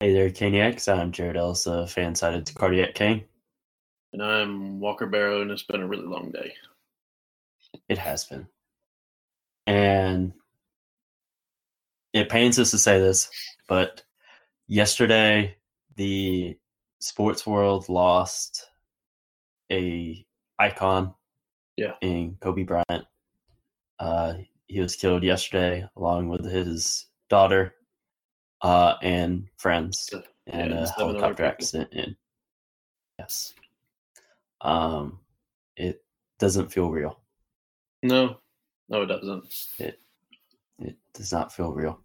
Hey there, Caniacs. I'm Jared Ellis, a fan sided to Cardiac Kane. And I'm Walker Barrow, and it's been a really long day. It has been. And it pains us to say this, but yesterday the sports world lost a icon Yeah. in Kobe Bryant. Uh, he was killed yesterday along with his daughter uh, and friends Yeah, in and a seven other helicopter people. accident. And yes, um, it doesn't feel real. No, no, it doesn't. It does not feel real.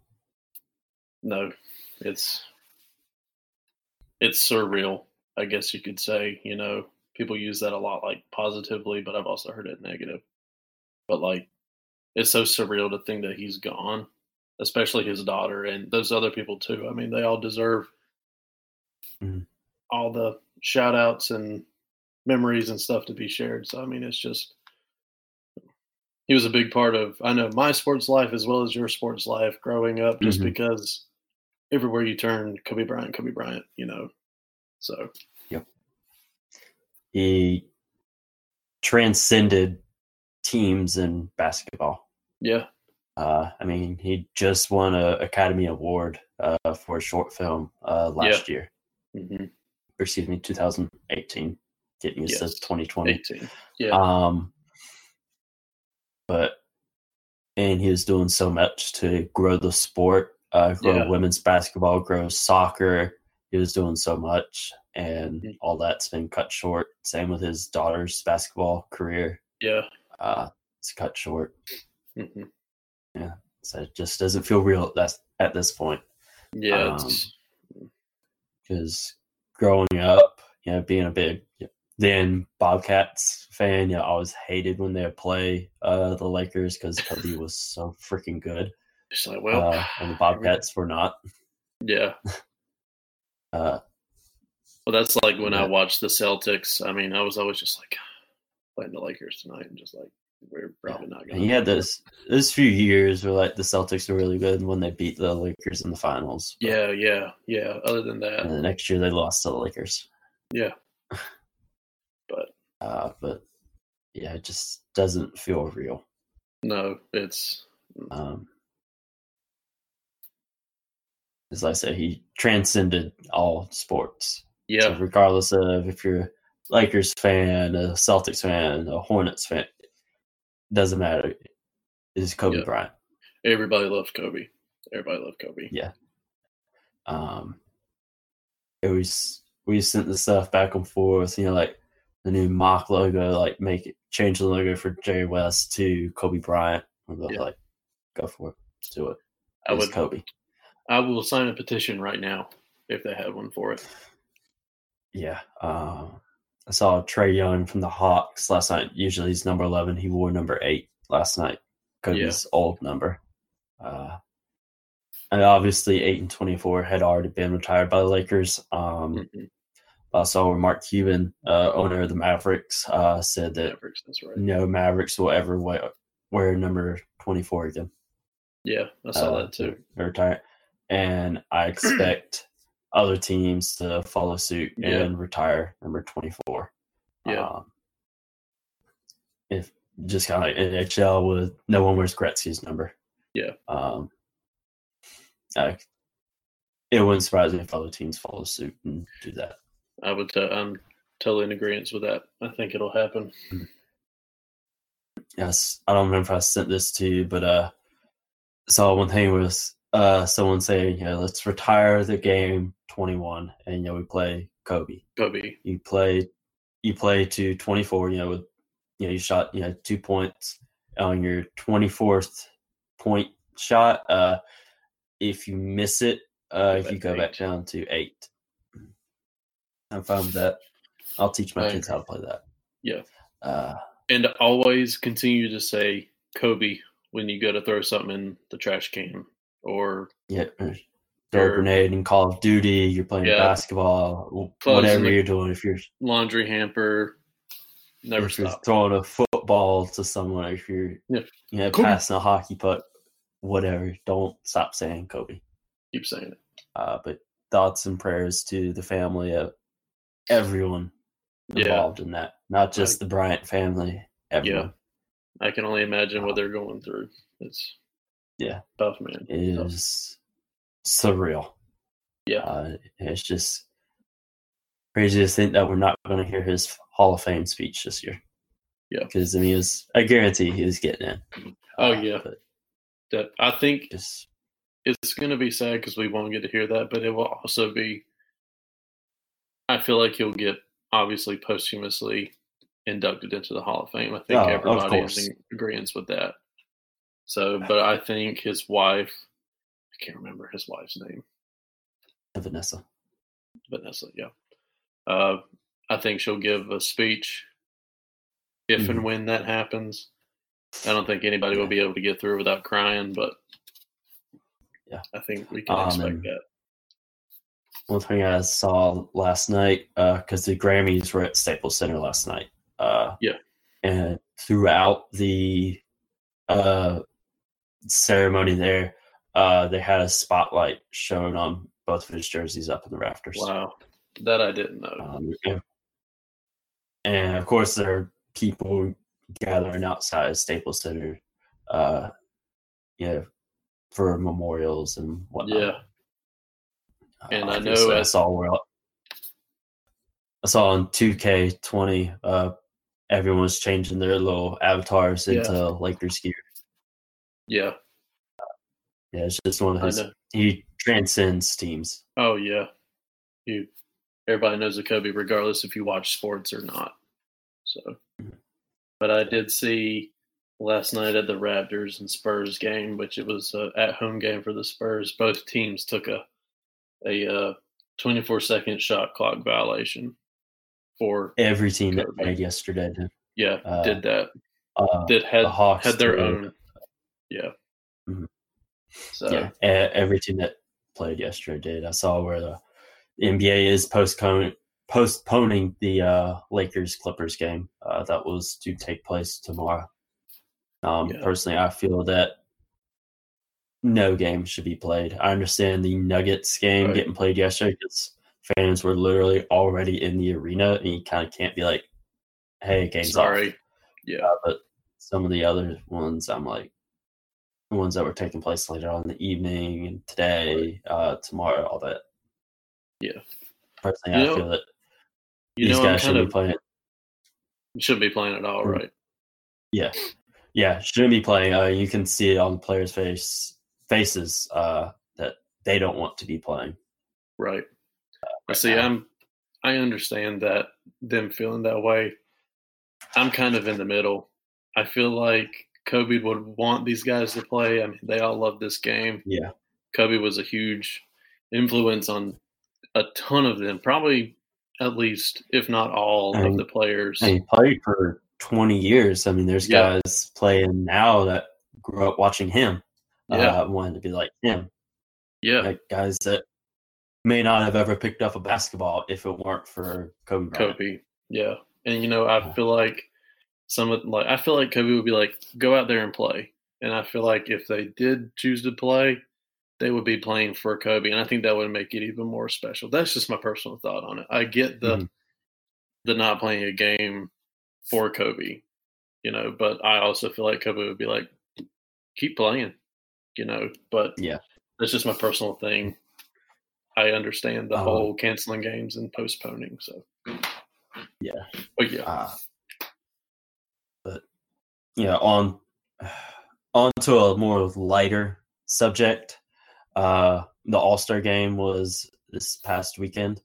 No, it's it's surreal. I guess you could say. You know, people use that a lot, like positively, but I've also heard it negative. But like, it's so surreal to think that he's gone, especially his daughter and those other people too. I mean, they all deserve Mhm. all the shout outs and memories and stuff to be shared. So I mean, it's just he was a big part of I know my sports life as well as your sports life growing up, just Mhm. because everywhere you turn, Kobe Bryant, Kobe Bryant, you know. So He transcended teams in basketball. yeah, Uh, I mean, he just won a Academy Award uh, for a short film uh, last year, hmm or excuse me, 2018. Getting used to Yes. 2020. eighteen, yeah, Um, but and he was doing so much to grow the sport, uh, grow Yeah. women's basketball, grow soccer. He was doing so much, and Mhm. all that's been cut short. Same with his daughter's basketball career. yeah. Uh, it's cut short. hmm So it just doesn't feel real at this, at this point. Um, Yeah, it's, because growing up, you know, being a big then Bobcats fan, you know, I always hated when they would play uh, the Lakers because Kobe was so freaking good, it's like well, uh, and the Bobcats were not. yeah. Uh, Well, that's like when I Yeah. watched the Celtics. I mean, I was always just like playing the Lakers tonight, and just like we're probably not and going. you had this this few years where like the Celtics were really good when they beat the Lakers in the finals. but- Yeah, yeah, yeah. Other than that, and the next year they lost to the Lakers. Yeah. But- uh, but yeah, it just doesn't feel real. no, it's um, as I said, he transcended all sports. So yeah, regardless of if you're a Lakers fan, a Celtics fan, a Hornets fan, doesn't matter. It's Kobe Yeah. Bryant. everybody loved Kobe. Everybody loved Kobe. Um, it was we sent the stuff back and forth. You know, like the new mock logo, like make it change the logo for Jerry West to Kobe Bryant. We're both Yeah. like, go for it, do it. I It's would, Kobe. I will sign a petition right now if they had one for it. Yeah. Uh, I saw Trey Young from the Hawks last night. Usually he's number 11. He wore number 8 last night, Kobe's old number. Uh, and obviously, 8 and 24 had already been retired by the Lakers. Um, Mhm. I saw where Mark Cuban, uh, owner of the Mavericks, uh, said that Mavericks, that's right. no Mavericks will ever wear, wear number 24 again Yeah, I saw uh, that too. or retire. And I expect other teams to follow suit Yeah. and retire number 24. Yeah. Um, if just kind of like NHL with no one wears Gretzky's number. Yeah. Um, I, it wouldn't surprise me if other teams follow suit and do that. I would. T- I'm totally in agreement with that. I think it'll happen. Yes, I don't remember if I sent this to you, but uh, saw one thing was uh, someone saying, you know, let's retire the game 21, and you know, we play Kobe. Kobe. You play, you play to 24. You know, with you know, you shot you know two points on your 24th point shot. Uh, if you miss it, uh, Go you back go to back eight. down to eight. I'm fine with that. I'll teach my I kids how to play that. Yeah. Uh, And always continue to say Kobe when you go to throw something in the trash can or Yeah. or Throw a Or- grenade in Call of Duty, you're playing Yeah. basketball, w- Clothes in whatever the- you're doing. If you're, laundry hamper. Never if you're stop. throwing a football to someone, if you're Yeah. you know, Kobe. passing a hockey puck, whatever, don't stop saying Kobe. Keep saying it. Uh, but thoughts and prayers to the family of everyone Yeah. involved in that, not just the Bryant family. Everyone. I can only imagine what they're going through. It's Yeah. tough, man. It is surreal. Yeah. Uh, it's just crazy to think that we're not going to hear his Hall of Fame speech this year. Yeah. Because, I mean, it's, I guarantee he was getting in. Oh, yeah. But That I think just, it's going to be sad because we won't get to hear that, but it will also be. I feel like he'll get obviously posthumously inducted into the Hall of Fame. I think Oh, of everybody course. is in agreement with that. So, but I think his wife, I can't remember his wife's name, Vanessa. Vanessa. Yeah, uh, I think she'll give a speech if and Mm-hmm. when that happens. I don't think anybody will be able to get through without crying, but Yeah. I think we can Um, expect and- that. One thing I saw last night, because the Grammys were at Staples Center last night. Uh, Yeah. And throughout the uh, ceremony there, uh, they had a spotlight shown on both of his jerseys up in the rafters. Wow, that I didn't know. Um, and- and of course, there are people gathering outside of Staples Center, uh, you know, for memorials and whatnot. yeah, and I know Obviously, I as- saw where I saw on 2K20, uh, everyone was changing their little avatars Yeah. into Lakers gear. yeah, Yeah, it's just one of I his. know. He transcends teams. Oh yeah, you. Everybody knows a Kobe, regardless if you watch sports or not. So, but I did see last night at the Raptors and Spurs game, which it was a at-home game for the Spurs. Both teams took a a uh, 24-second shot clock violation for Every team that Kobe. played yesterday did. yeah Uh, did that Uh, did had the Hawks had their did. own yeah. Mhm. So yeah, e- every team that played yesterday did. I saw where the NBA is postponing postponing the uh, Lakers Clippers game uh, that was to take place tomorrow. Um, Yeah. Personally, I feel that no game should be played. I understand the Nuggets game Right. getting played yesterday because fans were literally already in the arena, and you kind of can't be like, "Hey, game's off." sorry. Yeah, Uh, but some of the other ones, I'm like, the ones that were taking place later on in the evening and today, uh, tomorrow, all that. Yeah. Personally, You I know- feel that you these know I'm guys kind shouldn't of be playing. should be playing at all, Mm. right? Yeah, shouldn't be playing. Uh, you can see it on the players' face faces uh, that they don't want to be playing. Right. right See, now. I'm I understand that them feeling that way. I'm kind of in the middle. I feel like Kobe would want these guys to play. I mean, they all love this game. Yeah. Kobe was a huge influence on a ton of them, probably at least, if not all, of And- the players. And he played for 20 years. I mean, there's Yeah. guys playing now that grew up watching him, Yeah. uh, wanted to be like him. yeah, like guys that may not have ever picked up a basketball if it weren't for Kobe Bryant. Kobe. Yeah. And you know, I feel like some of like I feel like Kobe would be like, go out there and play. And I feel like if they did choose to play, they would be playing for Kobe. And I think that would make it even more special. That's just my personal thought on it. I get the Mhm. the not playing a game for Kobe, you know, but I also feel like Kobe would be like, keep playing, you know. But Yeah. That's just my personal thing. I understand the Uh, whole canceling games and postponing. So Yeah. But yeah. Uh, but yeah, on on to a more lighter subject. Uh, the All Star Game was this past weekend.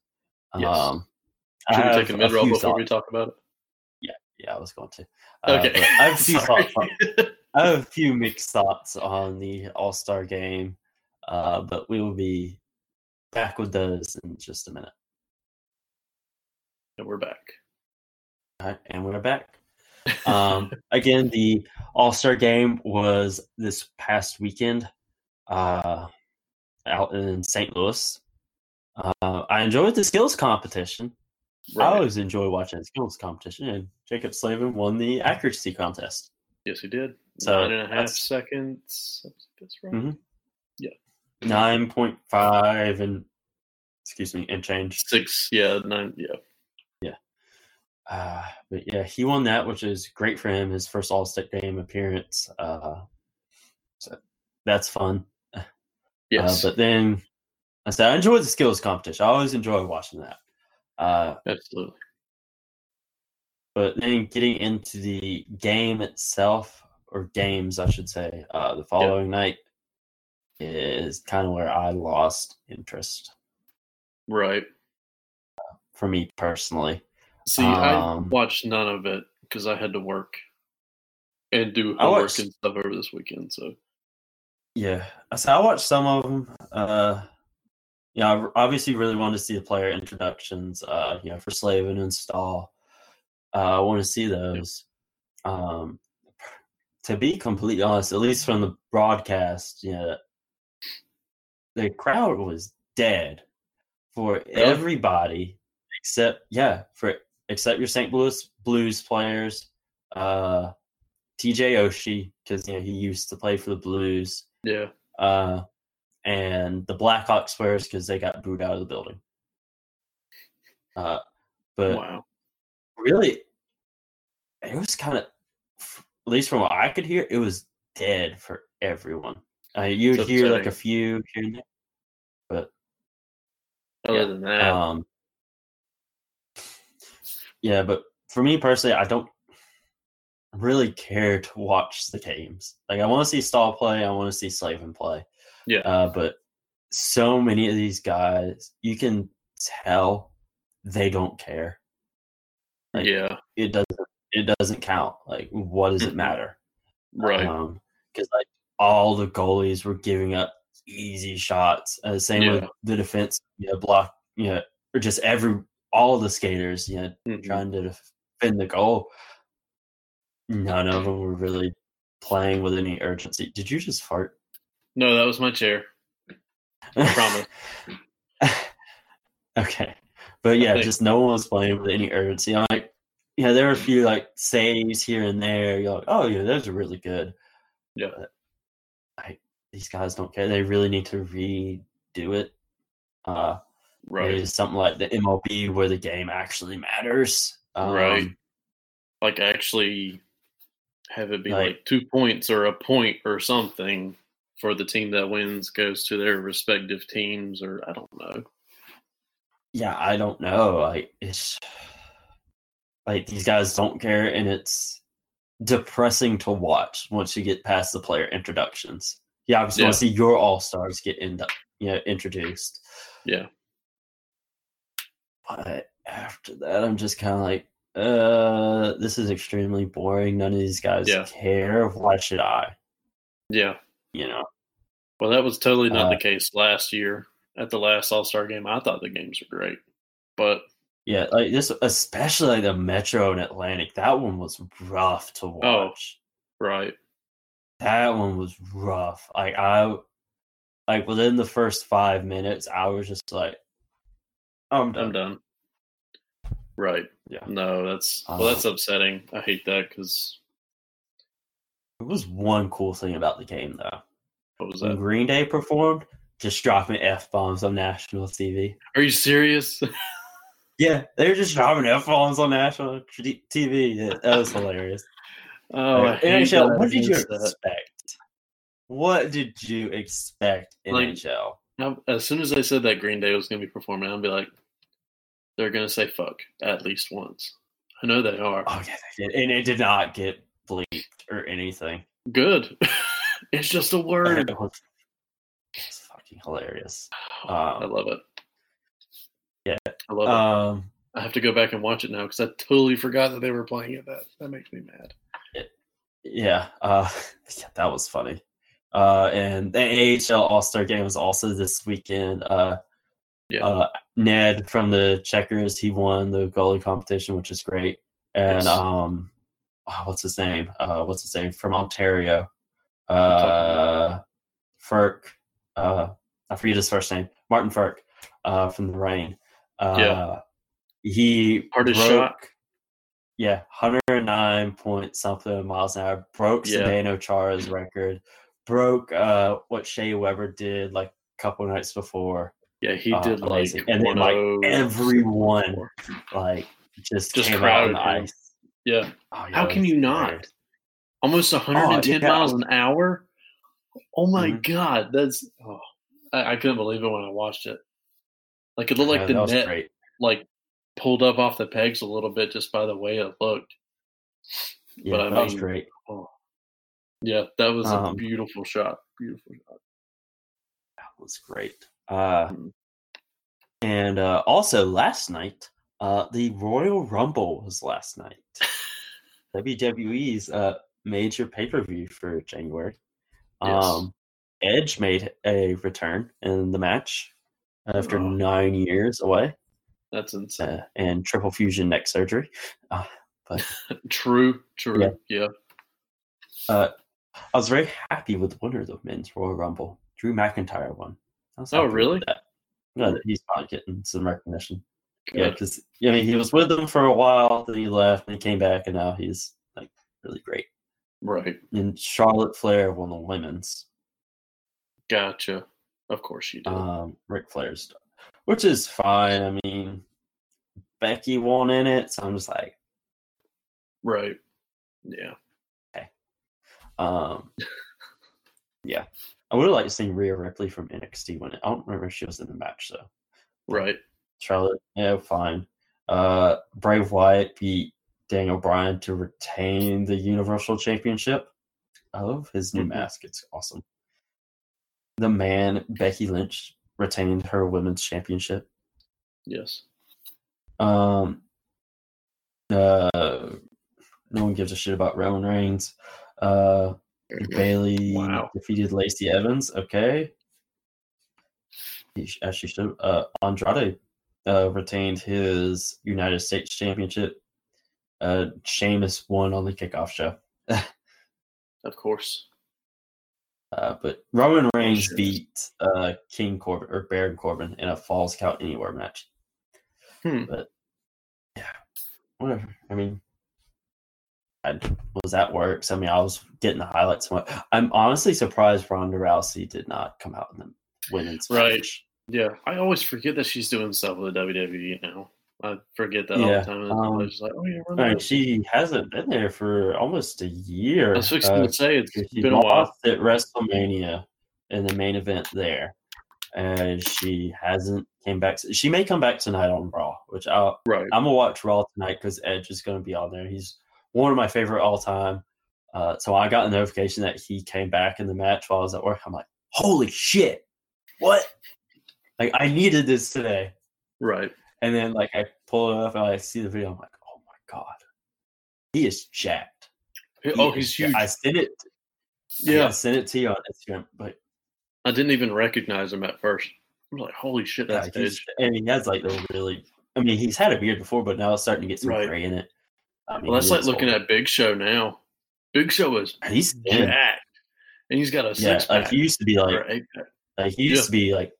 Yes. Um, I Should we have take a mid roll few before we thoughts. talk about it? Yeah, I was going to. Uh, Okay. but I have a few Sorry. thoughts. on- I have a few mixed thoughts on the All Star Game, uh, but we will be back with those in just a minute. And we're back. All right, and we're back. Um, again, the All Star game was this past weekend uh, out in St. Louis. Uh, I enjoyed the skills competition. I Right. always enjoy watching the skills competition, and Jacob Slavin won the accuracy contest. Yes, he did. So, Nine and a half that's- Hmm? seconds. That's right. Mhm. 9.5 and excuse me, and change. Six, yeah, nine, yeah. Uh, but yeah, he won that, which is great for him. His first All State game appearance. Uh, so that's fun. Yes, Uh, but then I said I enjoyed the skills competition. I always enjoy watching that. Uh, absolutely. but then getting into the game itself, or games, I should say, uh, the following night is kind of where I lost interest Right. for me personally. See, I Um, watched none of it because I had to work and do I homework watched- and stuff over this weekend. So Yeah, so I watched some of them. Uh, yeah, I obviously really wanted to see the player introductions. Uh, you know, for Slavin and Stahl, uh, I want to see those. Um, to be completely honest, at least from the broadcast, yeah, the crowd was dead for everybody except yeah for except your St. Louis Blues players. Uh, TJ Oshie because you know he used to play for the Blues yeah, uh, and the Blackhawks players because they got booed out of the building. Uh, but wow. really, it was kind of, at least from what I could hear, it was dead for everyone. Uh, you would It's hear like a upsetting. few here and there, but Other yeah, than that, um, yeah, but for me personally, I don't really care to watch the games. Like, I want to see Stall play, I want to see Slavin play. Yeah. Uh, but so many of these guys, you can tell they don't care. like, yeah, It doesn't. It doesn't count. Like, what does it Mhm. matter? right. Because Um, like all the goalies were giving up easy shots. Uh, same with Yeah. the defense, you know, block, you know, or just every all the skaters, you know, Mhm. trying to defend the goal. None of them were really playing with any urgency. Did you just fart? No, that was my chair. I promise. okay, but yeah, think- just no one was playing with any urgency. I'm like, yeah, there were a few like saves here and there. You're like, oh yeah, those are really good. Yeah. But I, these guys don't care. They really need to redo it. Uh, right. maybe something like the MLB where the game actually matters. Um, Right. Like actually have it be Like- like, two points or a point or something for the team that wins goes to their respective teams or I don't know. yeah, I don't know. Like it's like these guys don't care, and it's depressing to watch once you get past the player introductions. You obviously want Yeah. to see your all stars get in you know introduced. Yeah. But after that, I'm just kind of like, uh, this is extremely boring. None of these guys Yeah. care. Why should I? Yeah. You know. Well, that was totally not Uh, the case last year at the last All Star game. I thought the games were great, but Yeah, like this, especially like the Metro and Atlantic. That one was rough to Oh, watch. right, That one was rough. Like I, like within the first five minutes, I was just like, I'm done. I'm done. Right. Yeah. No, that's Uh, well, that's upsetting. I hate that because It was one cool thing about the game though. what was When that? Green Day performed, just dropping f bombs on national TV. Are you serious? Yeah, they were just dropping f bombs on national t- TV. Yeah, that was hilarious. oh, I Like, hate NHL, that. what did you It's that. expect? What did you expect, Like, NHL? Now, as soon as I said that Green Day was going to be performing, I'd be like, they're going to say fuck at least once. I know they are. Oh yeah, they did, and it did not get bleeped or anything. Good. it's just a word. It was- It's fucking hilarious. I Um, love it. yeah. I love it. um, I have to go back and watch it now because I totally forgot that they were playing it. That that makes me mad. yeah, uh, yeah, that was funny. Uh, and the AHL All Star Game was also this weekend. Uh, Yeah. uh, Ned from the Checkers, he won the goalie competition, which is great. And Yes. um, oh, what's his name? Uh, what's his name from Ontario? about? Uh, Ferk. Uh, I forget his first name. Martin Ferk. Uh, from the rain. Uh, Yeah. He Hardest broke, shot. Yeah, hundred and nine point something miles an hour. Broke Yeah. Zdeno Chara's record. Broke uh, what Shea Weber did like a couple nights before. Yeah, he did Uh, like amazing. and then like 10 everyone like just, Just came out on crowded the him. ice. Yeah, Oh, yeah, How that can was you not? hilarious. almost 110 Oh, yeah. miles an hour. Oh my Mhm. god, that's oh, I, I couldn't believe it when I watched it. Like it looked Yeah, like that the was net great. like pulled up off the pegs a little bit just by the way it looked. Yeah, but I that was mean- great. Yeah, that was a Um, beautiful shot. Beautiful shot. That was great. Uh, Mhm. and uh, also last night, uh, the Royal Rumble was last night. WWE's uh, major pay per view for January. Yes. Um, Edge made a return in the match after Oh. nine years away That's insane. uh, and triple fusion neck surgery. True, true. Yeah. Yeah. I was very happy with the winner of the men's Royal Rumble. Drew McIntyre won. I was Oh, happy with really? That. Yeah, that he's probably getting some recognition. Yeah, Good. because I mean, he was with them for a while, then he left, and he came back, and now he's like really great. Right. And Charlotte Flair won the women's, Gotcha. Of course you did. um, Ric Flair's, stuff, which is fine. I mean, Becky won in it, so I'm just like, right. Yeah. um, yeah. I would have liked to see Rhea Ripley from NXT win it. I don't remember if she was in the match though. Right. Charlotte, yeah, fine. Uh, Bray Wyatt beat Daniel Bryan to retain the Universal Championship. I love his new Mhm. mask; it's awesome. The man Becky Lynch retained her women's championship. Yes. Um, uh, no one gives a shit about Roman Reigns. Uh, Bailey Wow. defeated Lacey Evans. Okay. He sh- As she should. Uh, Andrade uh, retained his United States Championship. Uh, Sheamus won on the kickoff show. Of course. Uh, but Roman Reigns Sure. beat uh, King Corbin or Baron Corbin in a Falls Count Anywhere match. Hmm. But yeah, whatever. I mean, I was at work. So, I mean, I was getting the highlights. From it. I'm honestly surprised Ronda Rousey did not come out in the women's Right. match. Yeah. I always forget that she's doing stuff with the WWE now. I forget that all Yeah, the time. And um, I was just like, oh yeah, run I that. mean, she hasn't been there for almost a year. That's what I was Uh, gonna say. It's She been a while. lost at WrestleMania in the main event there, and she hasn't came back. She may come back tonight on Raw, which I'll, Right. I'm gonna watch Raw tonight because Edge is gonna be on there. He's one of my favorite all time. Uh, so I got a notification that he came back in the match while I was at work. I'm like, holy shit, what? Like I needed this today. Right. And then like I pull it up and I see the video. I'm like, oh my god, he is jacked. He oh, is he's ja- huge. I sent it yeah, yeah. send it to you on Instagram. But I didn't even recognize him at first. I'm like, holy shit, yeah, that's he's, Edge. and he has like the really. I mean, he's had a beard before, but now it's starting to get some Right. gray in it. I mean, Well, that's he like is looking old. at Big Show now. Big Show is he's thin. jacked, and he's got a Yeah, six like pack he used to be like, or eight pack. like he used Yeah. to be like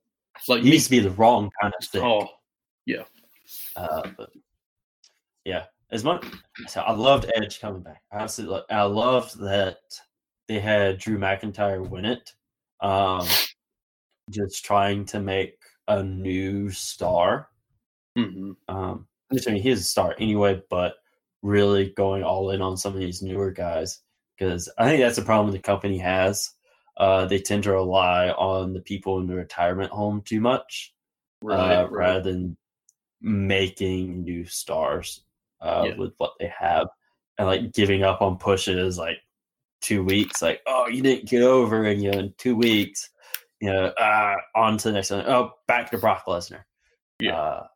Like he me, used to be the wrong kind of thing. tall. Uh, but yeah, as much so I loved Edge coming back. I absolutely, lo- I loved that they had Drew McIntyre win it. Um, just trying to make a new star. hmm Um, I'm just saying he is a star anyway, but really going all in on some of these newer guys because I think that's a problem the company has. Uh, they tend to rely on the people in the retirement home too much Right, uh, right. rather than making new stars uh, Yeah. with what they have and like giving up on pushes like two weeks like oh you didn't get over and you know in two weeks you know uh, on to the next one. Oh, back to brock lesnar Yeah. uh,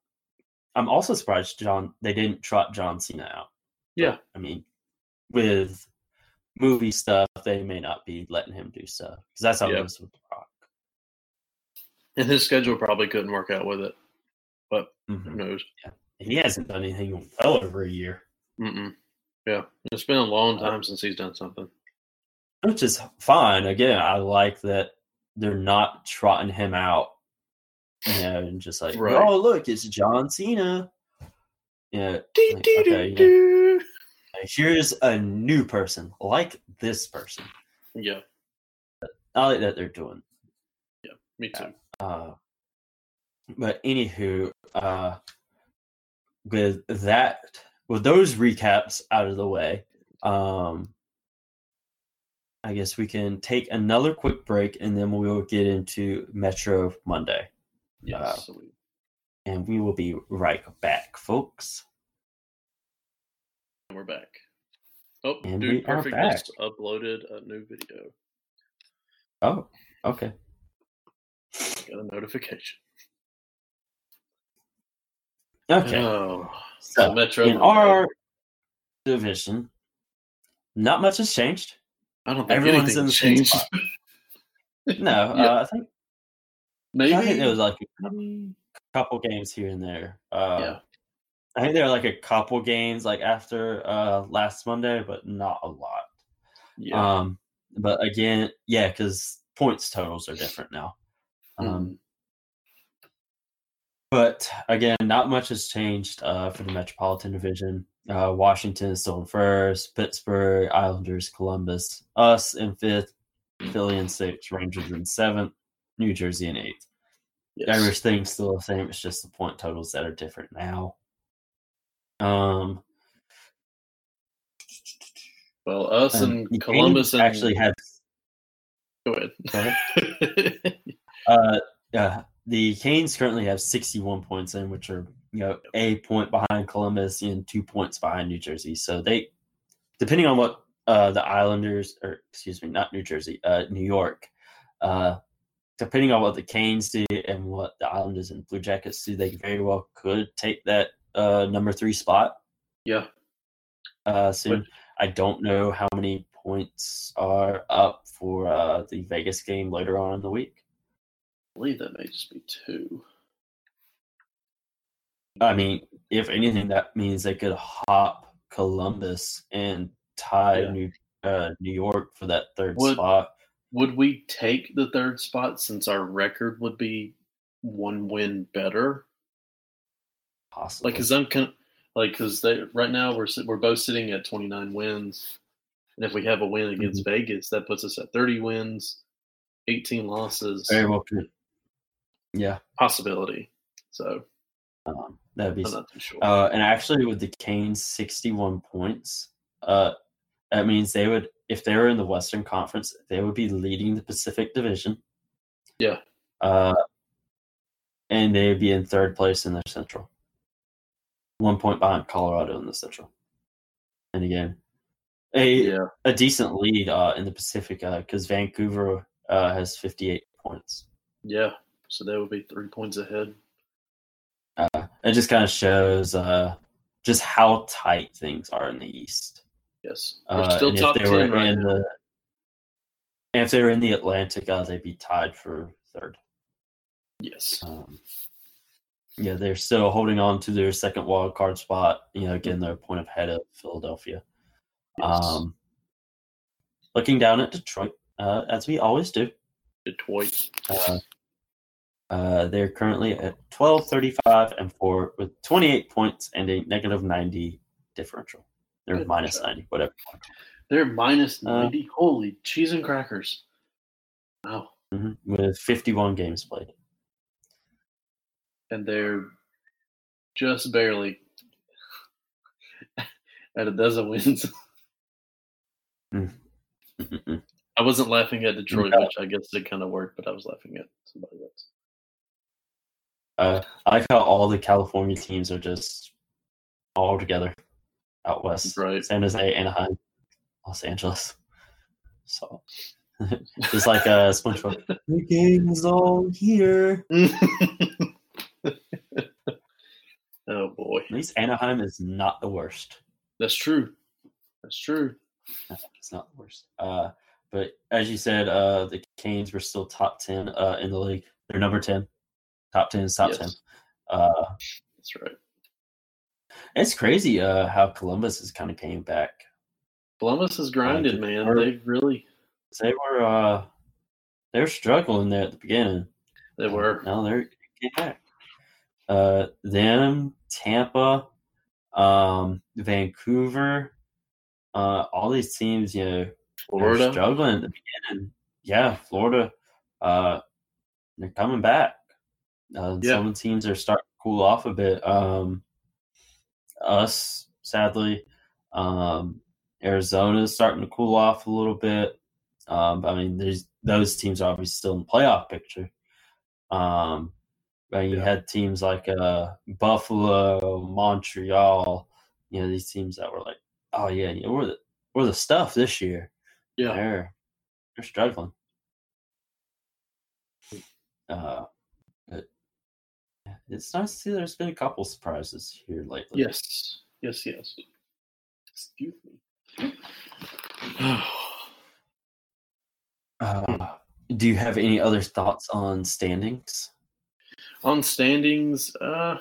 i'm also surprised john they didn't trot john cena out Yeah. i mean with movie stuff they may not be letting him do stuff because that's how Yeah. it goes with brock And his schedule probably couldn't work out with it. But Hmm. who knows? he hasn't done anything in well over a year, Mm-mm. Yeah, it's been a long Uh, time since he's done something. which is fine. Again, I like that they're not trotting him out, you know, and just like, Right. oh, look, it's John Cena. Yeah, Dee, Like, dee, okay, dee, dee. here's a new person like this person. Yeah, I like that they're doing. me too. Uh, But anywho, uh, with that, with those recaps out of the way, um, I guess we can take another quick break and then we will get into Metro Monday. Yes. Uh, sweet. And we will be right back, folks. And we're back. Oh, And we dude, are perfect just uploaded a new video. Oh, okay. Got a notification. Okay. Oh, so, Metro. in our division, not much has changed. I don't think everyone's anything in the same changed. spot. No, Yeah. uh, I think Maybe I think there was like a couple games here and there. Uh, Yeah. I think there were like a couple games like after uh, last Monday, but not a lot. yeah. Um, but again, yeah, because points totals are different now. Um, Mm-hmm. But again, not much has changed uh, for the Metropolitan Division. Uh, Washington is still in first, Pittsburgh, Islanders, Columbus, us in fifth, Philly in sixth, Rangers in seventh, New Jersey in eighth. yes. Irish thing's still the same. It's just the point totals that are different now. Um, Well, us um, and Columbus and actually had go ahead. Go Uh, yeah, the Canes currently have 61 points in, which are you know a point behind Columbus and two points behind New Jersey. So they, depending on what uh, the Islanders or excuse me, not New Jersey, uh, New York, uh, depending on what the Canes do and what the Islanders and Blue Jackets do, they very well could take that uh, number three spot yeah, uh, soon. I don't know how many points are up for uh, the Vegas game later on in the week. I believe that may just be two. I mean, if anything, that means they could hop Columbus and tie Yeah. New uh, New York for that third Would- spot. Would we take the third spot since our record would be one win better? Possibly, Like, cause I'm con- like, cause they right now we're sit- we're both sitting at 29 wins, and if we have a win Mm-hmm. against Vegas, that puts us at 30 wins, 18 losses very well could. Yeah, possibility. So um, that'd be. I'm not too sure. Uh, and actually, with the Canes' sixty-one points, uh, that means they would, if they were in the Western Conference, they would be leading the Pacific Division. Yeah. Uh, and they'd be in third place in their Central, one point behind Colorado in the Central. And again, a yeah, a decent lead uh, in the Pacific because Vancouver uh, has fifty-eight points. yeah. So that would be three points ahead. Uh, it just kind of shows uh, just how tight things are in the East. Yes, we're Uh, still and top if they were ten right in now. the, and if they were in the Atlantic, uh, they'd be tied for third. Yes, Um, yeah, they're still holding on to their second wild card spot. You know, again, they're a point ahead of Philadelphia. yes. Um, looking down at Detroit, uh, as we always do, Detroit. uh, uh, they're currently at twelve thirty-five and four with twenty-eight points and a negative ninety differential. They're Good minus job. ninety, whatever. you wanna call They're minus Uh, 90. Holy cheese and crackers. Wow. it, Mhm, with fifty-one games played. And they're just barely at a dozen wins. Mm-mm. I wasn't laughing at Detroit, No. which I guess did kind of work, but I was laughing at somebody else. Uh, I like how all the California teams are just all together out west. Right. San Jose, Anaheim, Los Angeles. So just like uh SpongeBob. the game is all here. oh, boy. At least Anaheim is not the worst. That's true. That's true. It's not the worst. Uh but as you said, uh the Canes were still top ten uh in the league. They're number ten. Top ten is top Yes. ten. Uh That's right. it's crazy uh how Columbus has kind of came back. Columbus has grinded, man. Detroit. They've really, They were uh they were struggling there at the beginning. they were. No, they're came back. Uh, them, Tampa, um, Vancouver, uh, all these teams, you know, are Florida. struggling at the beginning. Yeah, Florida, uh, they're coming back. Uh, yeah. Some teams are starting to cool off a bit. Um, us, sadly, um, Arizona is starting to cool off a little bit. Um, I mean, there's those teams are obviously still in the playoff picture. Um, and you yeah. had teams like uh, Buffalo, Montreal. You know these teams that were like, oh yeah, yeah we're the we're the stuff this year. Yeah, they're they're struggling. Uh, but it's nice to see there's been a couple surprises here lately. Yes, yes, yes. Excuse me. Uh, do you have any other thoughts on standings? On standings, uh,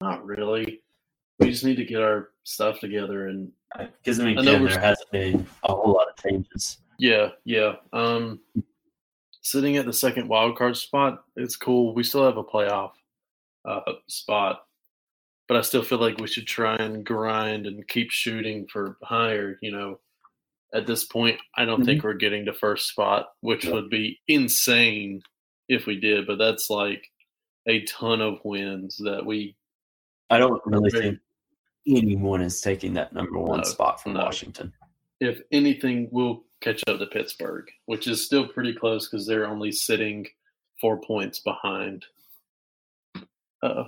not really. We just need to get our stuff together and because I mean, again, there has been a whole lot of changes. Yeah, yeah. Um, sitting at the second wild card spot, it's cool. We still have a playoff uh, spot, but I still feel like we should try and grind and keep shooting for higher. You know, at this point, I don't mm-hmm. think we're getting to first spot, which yeah. would be insane if we did. But that's like a ton of wins that we. I don't really think anyone is taking that number one no, spot from no. Washington. If anything, we'll catch up to Pittsburgh, which is still pretty close because they're only sitting four points behind uh,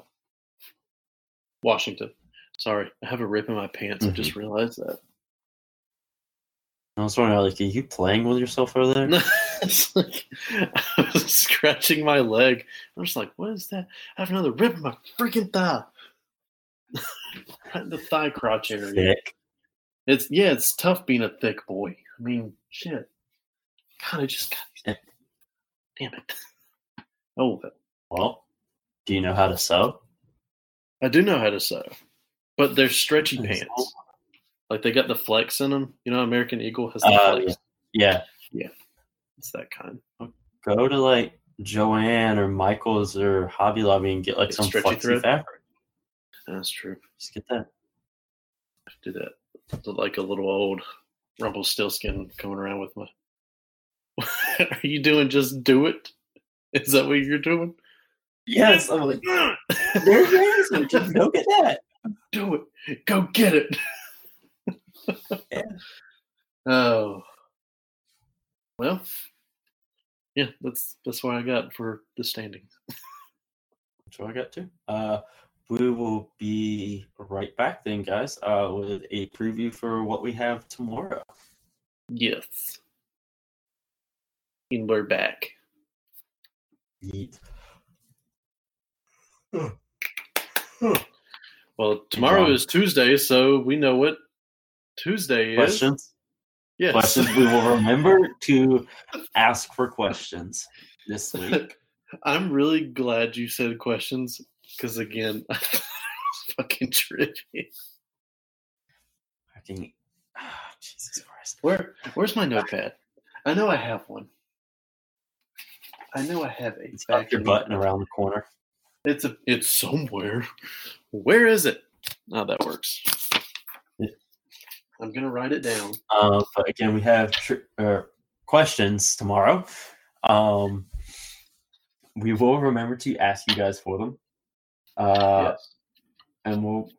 Washington. Sorry, I have a rip in my pants. Mm-hmm. I just realized that. I was wondering, like, are you playing with yourself over there? like, I was scratching my leg. I'm just like, what is that? I have another rip in my freaking thigh. right the thigh crotch area. Thick. It's yeah, it's tough being a thick boy. I mean, shit. God, I just got. Damn it. Oh well. Do you know how to sew? I do know how to sew, but they're stretchy pants. Sew? Like they got the flex in them. You know, American Eagle has the uh, flex. Yeah. yeah. yeah, it's that kind. Go to like Joanne or Michaels or Hobby Lobby and get like it's some flexy thread. fabric. That's true. Just get that. Do that. Like a little old Rumble Stillskin coming around with my. Are you doing just do it? Is that what you're doing? Yes, I'm like, there it is. I'm just go get that. Do it. Go get it. yeah. Oh. Well, yeah, that's that's what I got for the standings. that's what I got too. Uh, we will be right back then, guys, uh, with a preview for what we have tomorrow. Yes. And we're back. Yeet. Well, tomorrow yeah. is Tuesday, so we know what Tuesday questions? is. Yes. Questions? we will remember to ask for questions this week. I'm really glad you said questions because again, fucking trippy. Fucking oh, Jesus Christ! Where where's my notepad? I know I have one. I know I have a. It's back your button notepad. around the corner. It's a. It's somewhere. Where is it? Oh, that works. Yeah. I'm gonna write it down. Um, but again, we have tr- uh, questions tomorrow. Um, we will remember to ask you guys for them. Uh, yes. and we'll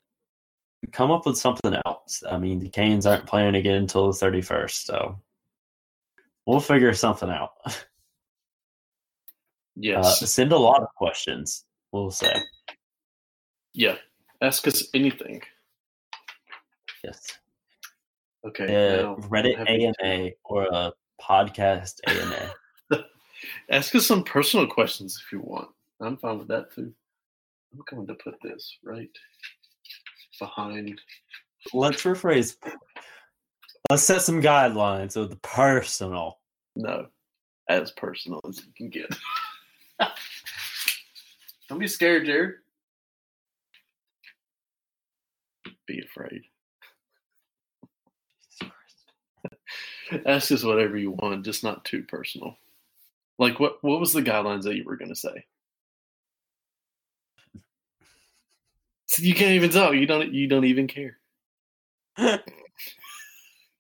come up with something else. I mean, the Canes aren't playing again until the thirty first, so we'll figure something out. Yes, uh, send a lot of questions. We'll say. Yeah, ask us anything. Yes. Okay. Uh, Reddit AMA or a podcast AMA. ask us some personal questions if you want. I'm fine with that too. I'm going to put this right behind. Let's rephrase. Let's set some guidelines of the personal. No, as personal as you can get. Don't be scared, Jared. Be afraid. Ask us whatever you want, just not too personal. Like what? What was the guidelines that you were going to say? you can't even tell. You don't. You don't even care. don't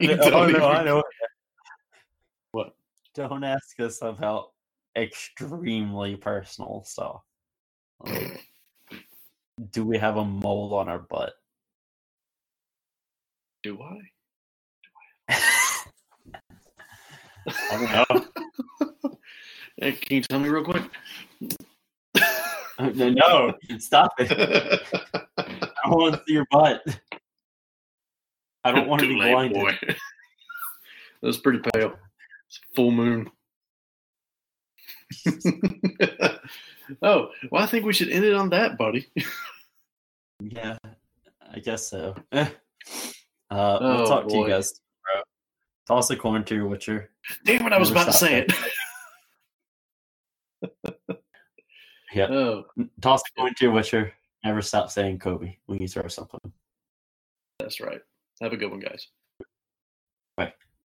Oh, oh, no, even I know. What? Don't ask us about extremely personal stuff. Like, do we have a mole on our butt? Do I? I don't Hey, can you tell me real quick? know. no, no, stop it. I don't want to see your butt. I don't want to Too be late, blinded. boy. That's pretty pale. It's full moon. oh, well, I think we should end it on that, buddy. Yeah, I guess so. uh, we'll Oh, talk to you boy. guys tomorrow. Toss a coin to your Witcher. Damn it, I was Never about to stop say it. Yep. oh, Toss a coin to your Witcher. Never stop saying Kobe when you throw something. that's right. Have a good one, guys. Bye.